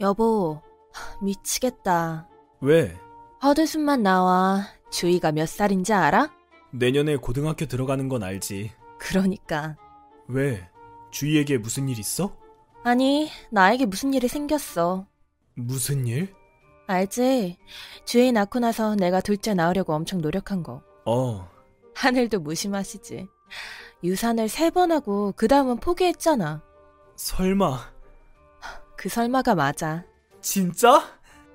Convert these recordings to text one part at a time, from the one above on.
여보, 미치겠다. 왜? 허드슨만 나와. 주희가 몇 살인지 알아? 내년에 고등학교 들어가는 건 알지. 그러니까. 왜? 주희에게 무슨 일 있어? 아니, 나에게 무슨 일이 생겼어. 무슨 일? 알지? 주희 낳고 나서 내가 둘째 낳으려고 엄청 노력한 거. 어, 하늘도 무심하시지. 유산을 세 번 하고 그 다음은 포기했잖아. 설마. 그 설마가 맞아. 진짜?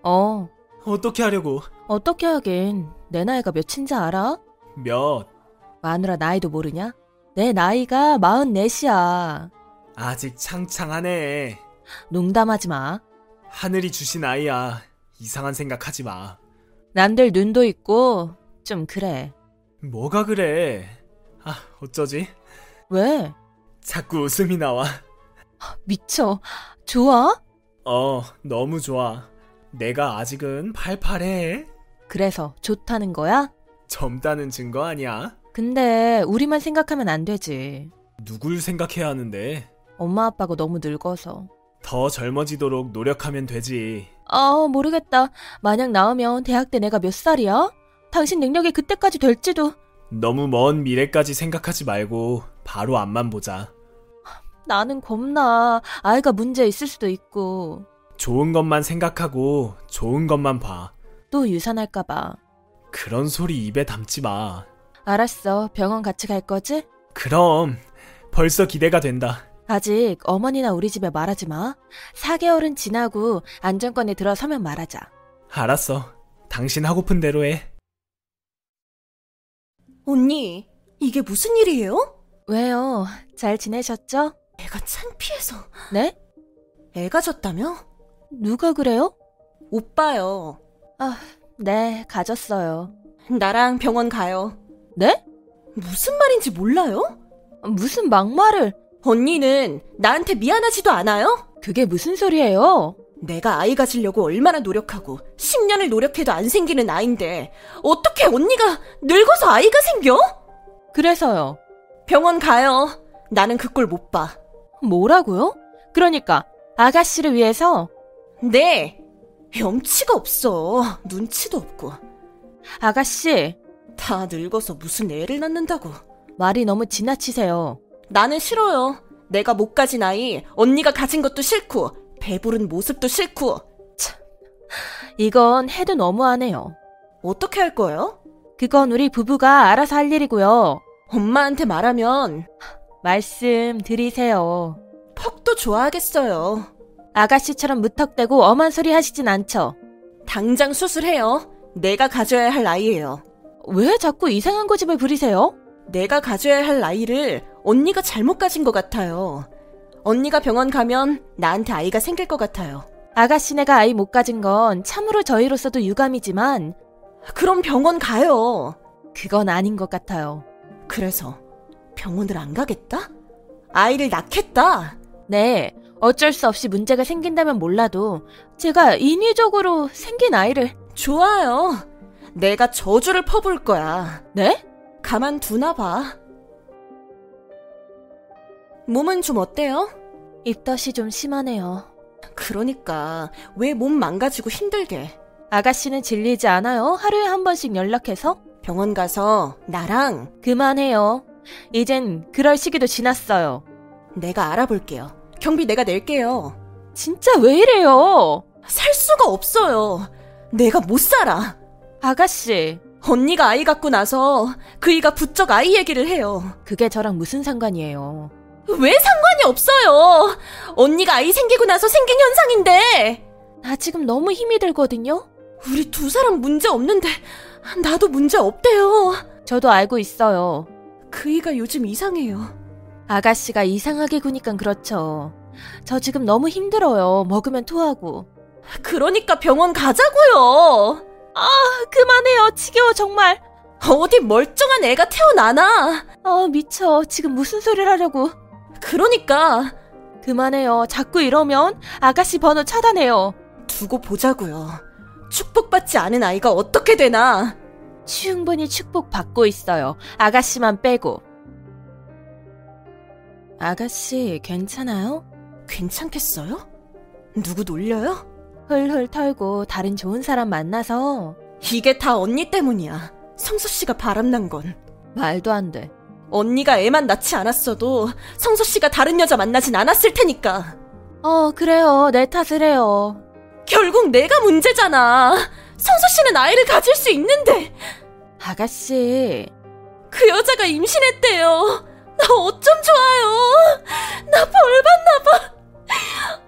어, 어떻게 하려고? 어떻게 하긴. 내 나이가 몇인지 알아? 몇? 마누라 나이도 모르냐? 내 나이가 44이야. 아직 창창하네. 농담하지 마. 하늘이 주신 아이야. 이상한 생각하지 마. 남들 눈도 있고 좀 그래. 뭐가 그래? 아, 어쩌지? 왜? 자꾸 웃음이 나와. 미쳐. 좋아? 어, 너무 좋아. 내가 아직은 팔팔해. 그래서 좋다는 거야? 젊다는 증거 아니야? 근데 우리만 생각하면 안 되지. 누굴 생각해야 하는데? 엄마 아빠가 너무 늙어서. 더 젊어지도록 노력하면 되지. 아, 모르겠다. 만약 나오면 대학 때 내가 몇 살이야? 당신 능력이 그때까지 될지도. 너무 먼 미래까지 생각하지 말고 바로 앞만 보자. 나는 겁나. 아이가 문제 있을 수도 있고. 좋은 것만 생각하고 좋은 것만 봐. 또 유산할까봐. 그런 소리 입에 담지 마. 알았어. 병원 같이 갈 거지? 그럼 벌써 기대가 된다. 아직 어머니나 우리 집에 말하지 마. 4개월은 지나고 안정권에 들어서면 말하자. 알았어. 당신 하고픈 대로 해. 언니, 이게 무슨 일이에요? 왜요? 잘 지내셨죠? 애가 창피해서. 네? 애가 졌다며? 누가 그래요? 오빠요. 네, 가졌어요. 나랑 병원 가요. 네? 무슨 말인지 몰라요? 무슨 막말을? 언니는 나한테 미안하지도 않아요? 그게 무슨 소리예요? 내가 아이 가지려고 얼마나 노력하고 10년을 노력해도 안 생기는 아인데 어떻게 언니가 늙어서 아이가 생겨? 그래서요. 병원 가요. 나는 그 꼴 못 봐. 뭐라고요? 그러니까 아가씨를 위해서 네. 염치가 없어. 눈치도 없고. 아가씨 다 늙어서 무슨 애를 낳는다고. 말이 너무 지나치세요. 나는 싫어요. 내가 못 가진 아이, 언니가 가진 것도 싫고, 배부른 모습도 싫고, 이건 해도 너무하네요. 어떻게 할 거예요? 그건 우리 부부가 알아서 할 일이고요. 엄마한테 말하면 말씀 드리세요. 퍽도 좋아하겠어요. 아가씨처럼 무턱대고 엄한 소리 하시진 않죠? 당장 수술해요. 내가 가져야 할 아이예요. 왜 자꾸 이상한 고집을 부리세요? 내가 가져야 할 아이를 언니가 잘못 가진 것 같아요. 언니가 병원 가면 나한테 아이가 생길 것 같아요. 아가씨네가 아이 못 가진 건 참으로 저희로서도 유감이지만 그럼 병원 가요. 그건 아닌 것 같아요. 그래서 병원을 안 가겠다? 아이를 낳겠다. 네, 어쩔 수 없이 문제가 생긴다면 몰라도 제가 인위적으로 생긴 아이를 좋아요. 내가 저주를 퍼볼 거야. 네? 가만 두나 봐. 몸은 좀 어때요? 입덧이 좀 심하네요. 그러니까 왜 몸 망가지고 힘들게 아가씨는 질리지 않아요? 하루에 한 번씩 연락해서? 병원 가서 나랑 그만해요. 이젠 그럴 시기도 지났어요. 내가 알아볼게요. 경비 내가 낼게요. 진짜 왜 이래요? 살 수가 없어요. 내가 못 살아. 아가씨, 언니가 아이 갖고 나서 그이가 부쩍 아이 얘기를 해요. 그게 저랑 무슨 상관이에요? 왜 상관이 없어요? 언니가 아이 생기고 나서 생긴 현상인데 나 지금 너무 힘이 들거든요? 우리 두 사람 문제 없는데 나도 문제 없대요. 저도 알고 있어요. 그이가 요즘 이상해요. 아가씨가 이상하게 구니까 그렇죠. 저 지금 너무 힘들어요. 먹으면 토하고. 그러니까 병원 가자고요. 아, 그만해요. 지겨워, 정말. 어디 멀쩡한 애가 태어나나. 아, 미쳐. 지금 무슨 소리를 하려고. 그러니까 그만해요. 자꾸 이러면 아가씨 번호 차단해요. 두고 보자고요. 축복받지 않은 아이가 어떻게 되나. 충분히 축복받고 있어요. 아가씨만 빼고. 아가씨, 괜찮아요? 괜찮겠어요? 누구 놀려요? 훌훌 털고 다른 좋은 사람 만나서 이게 다 언니 때문이야. 성수 씨가 바람난 건. 말도 안 돼. 언니가 애만 낳지 않았어도 성수 씨가 다른 여자 만나진 않았을 테니까. 어, 그래요. 내 탓을 해요. 결국 내가 문제잖아. 성수 씨는 아이를 가질 수 있는데 아가씨, 그 여자가 임신했대요. 나 어쩜 좋아요. 나 벌받나 봐.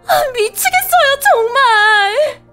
아, 미치겠어요, 정말.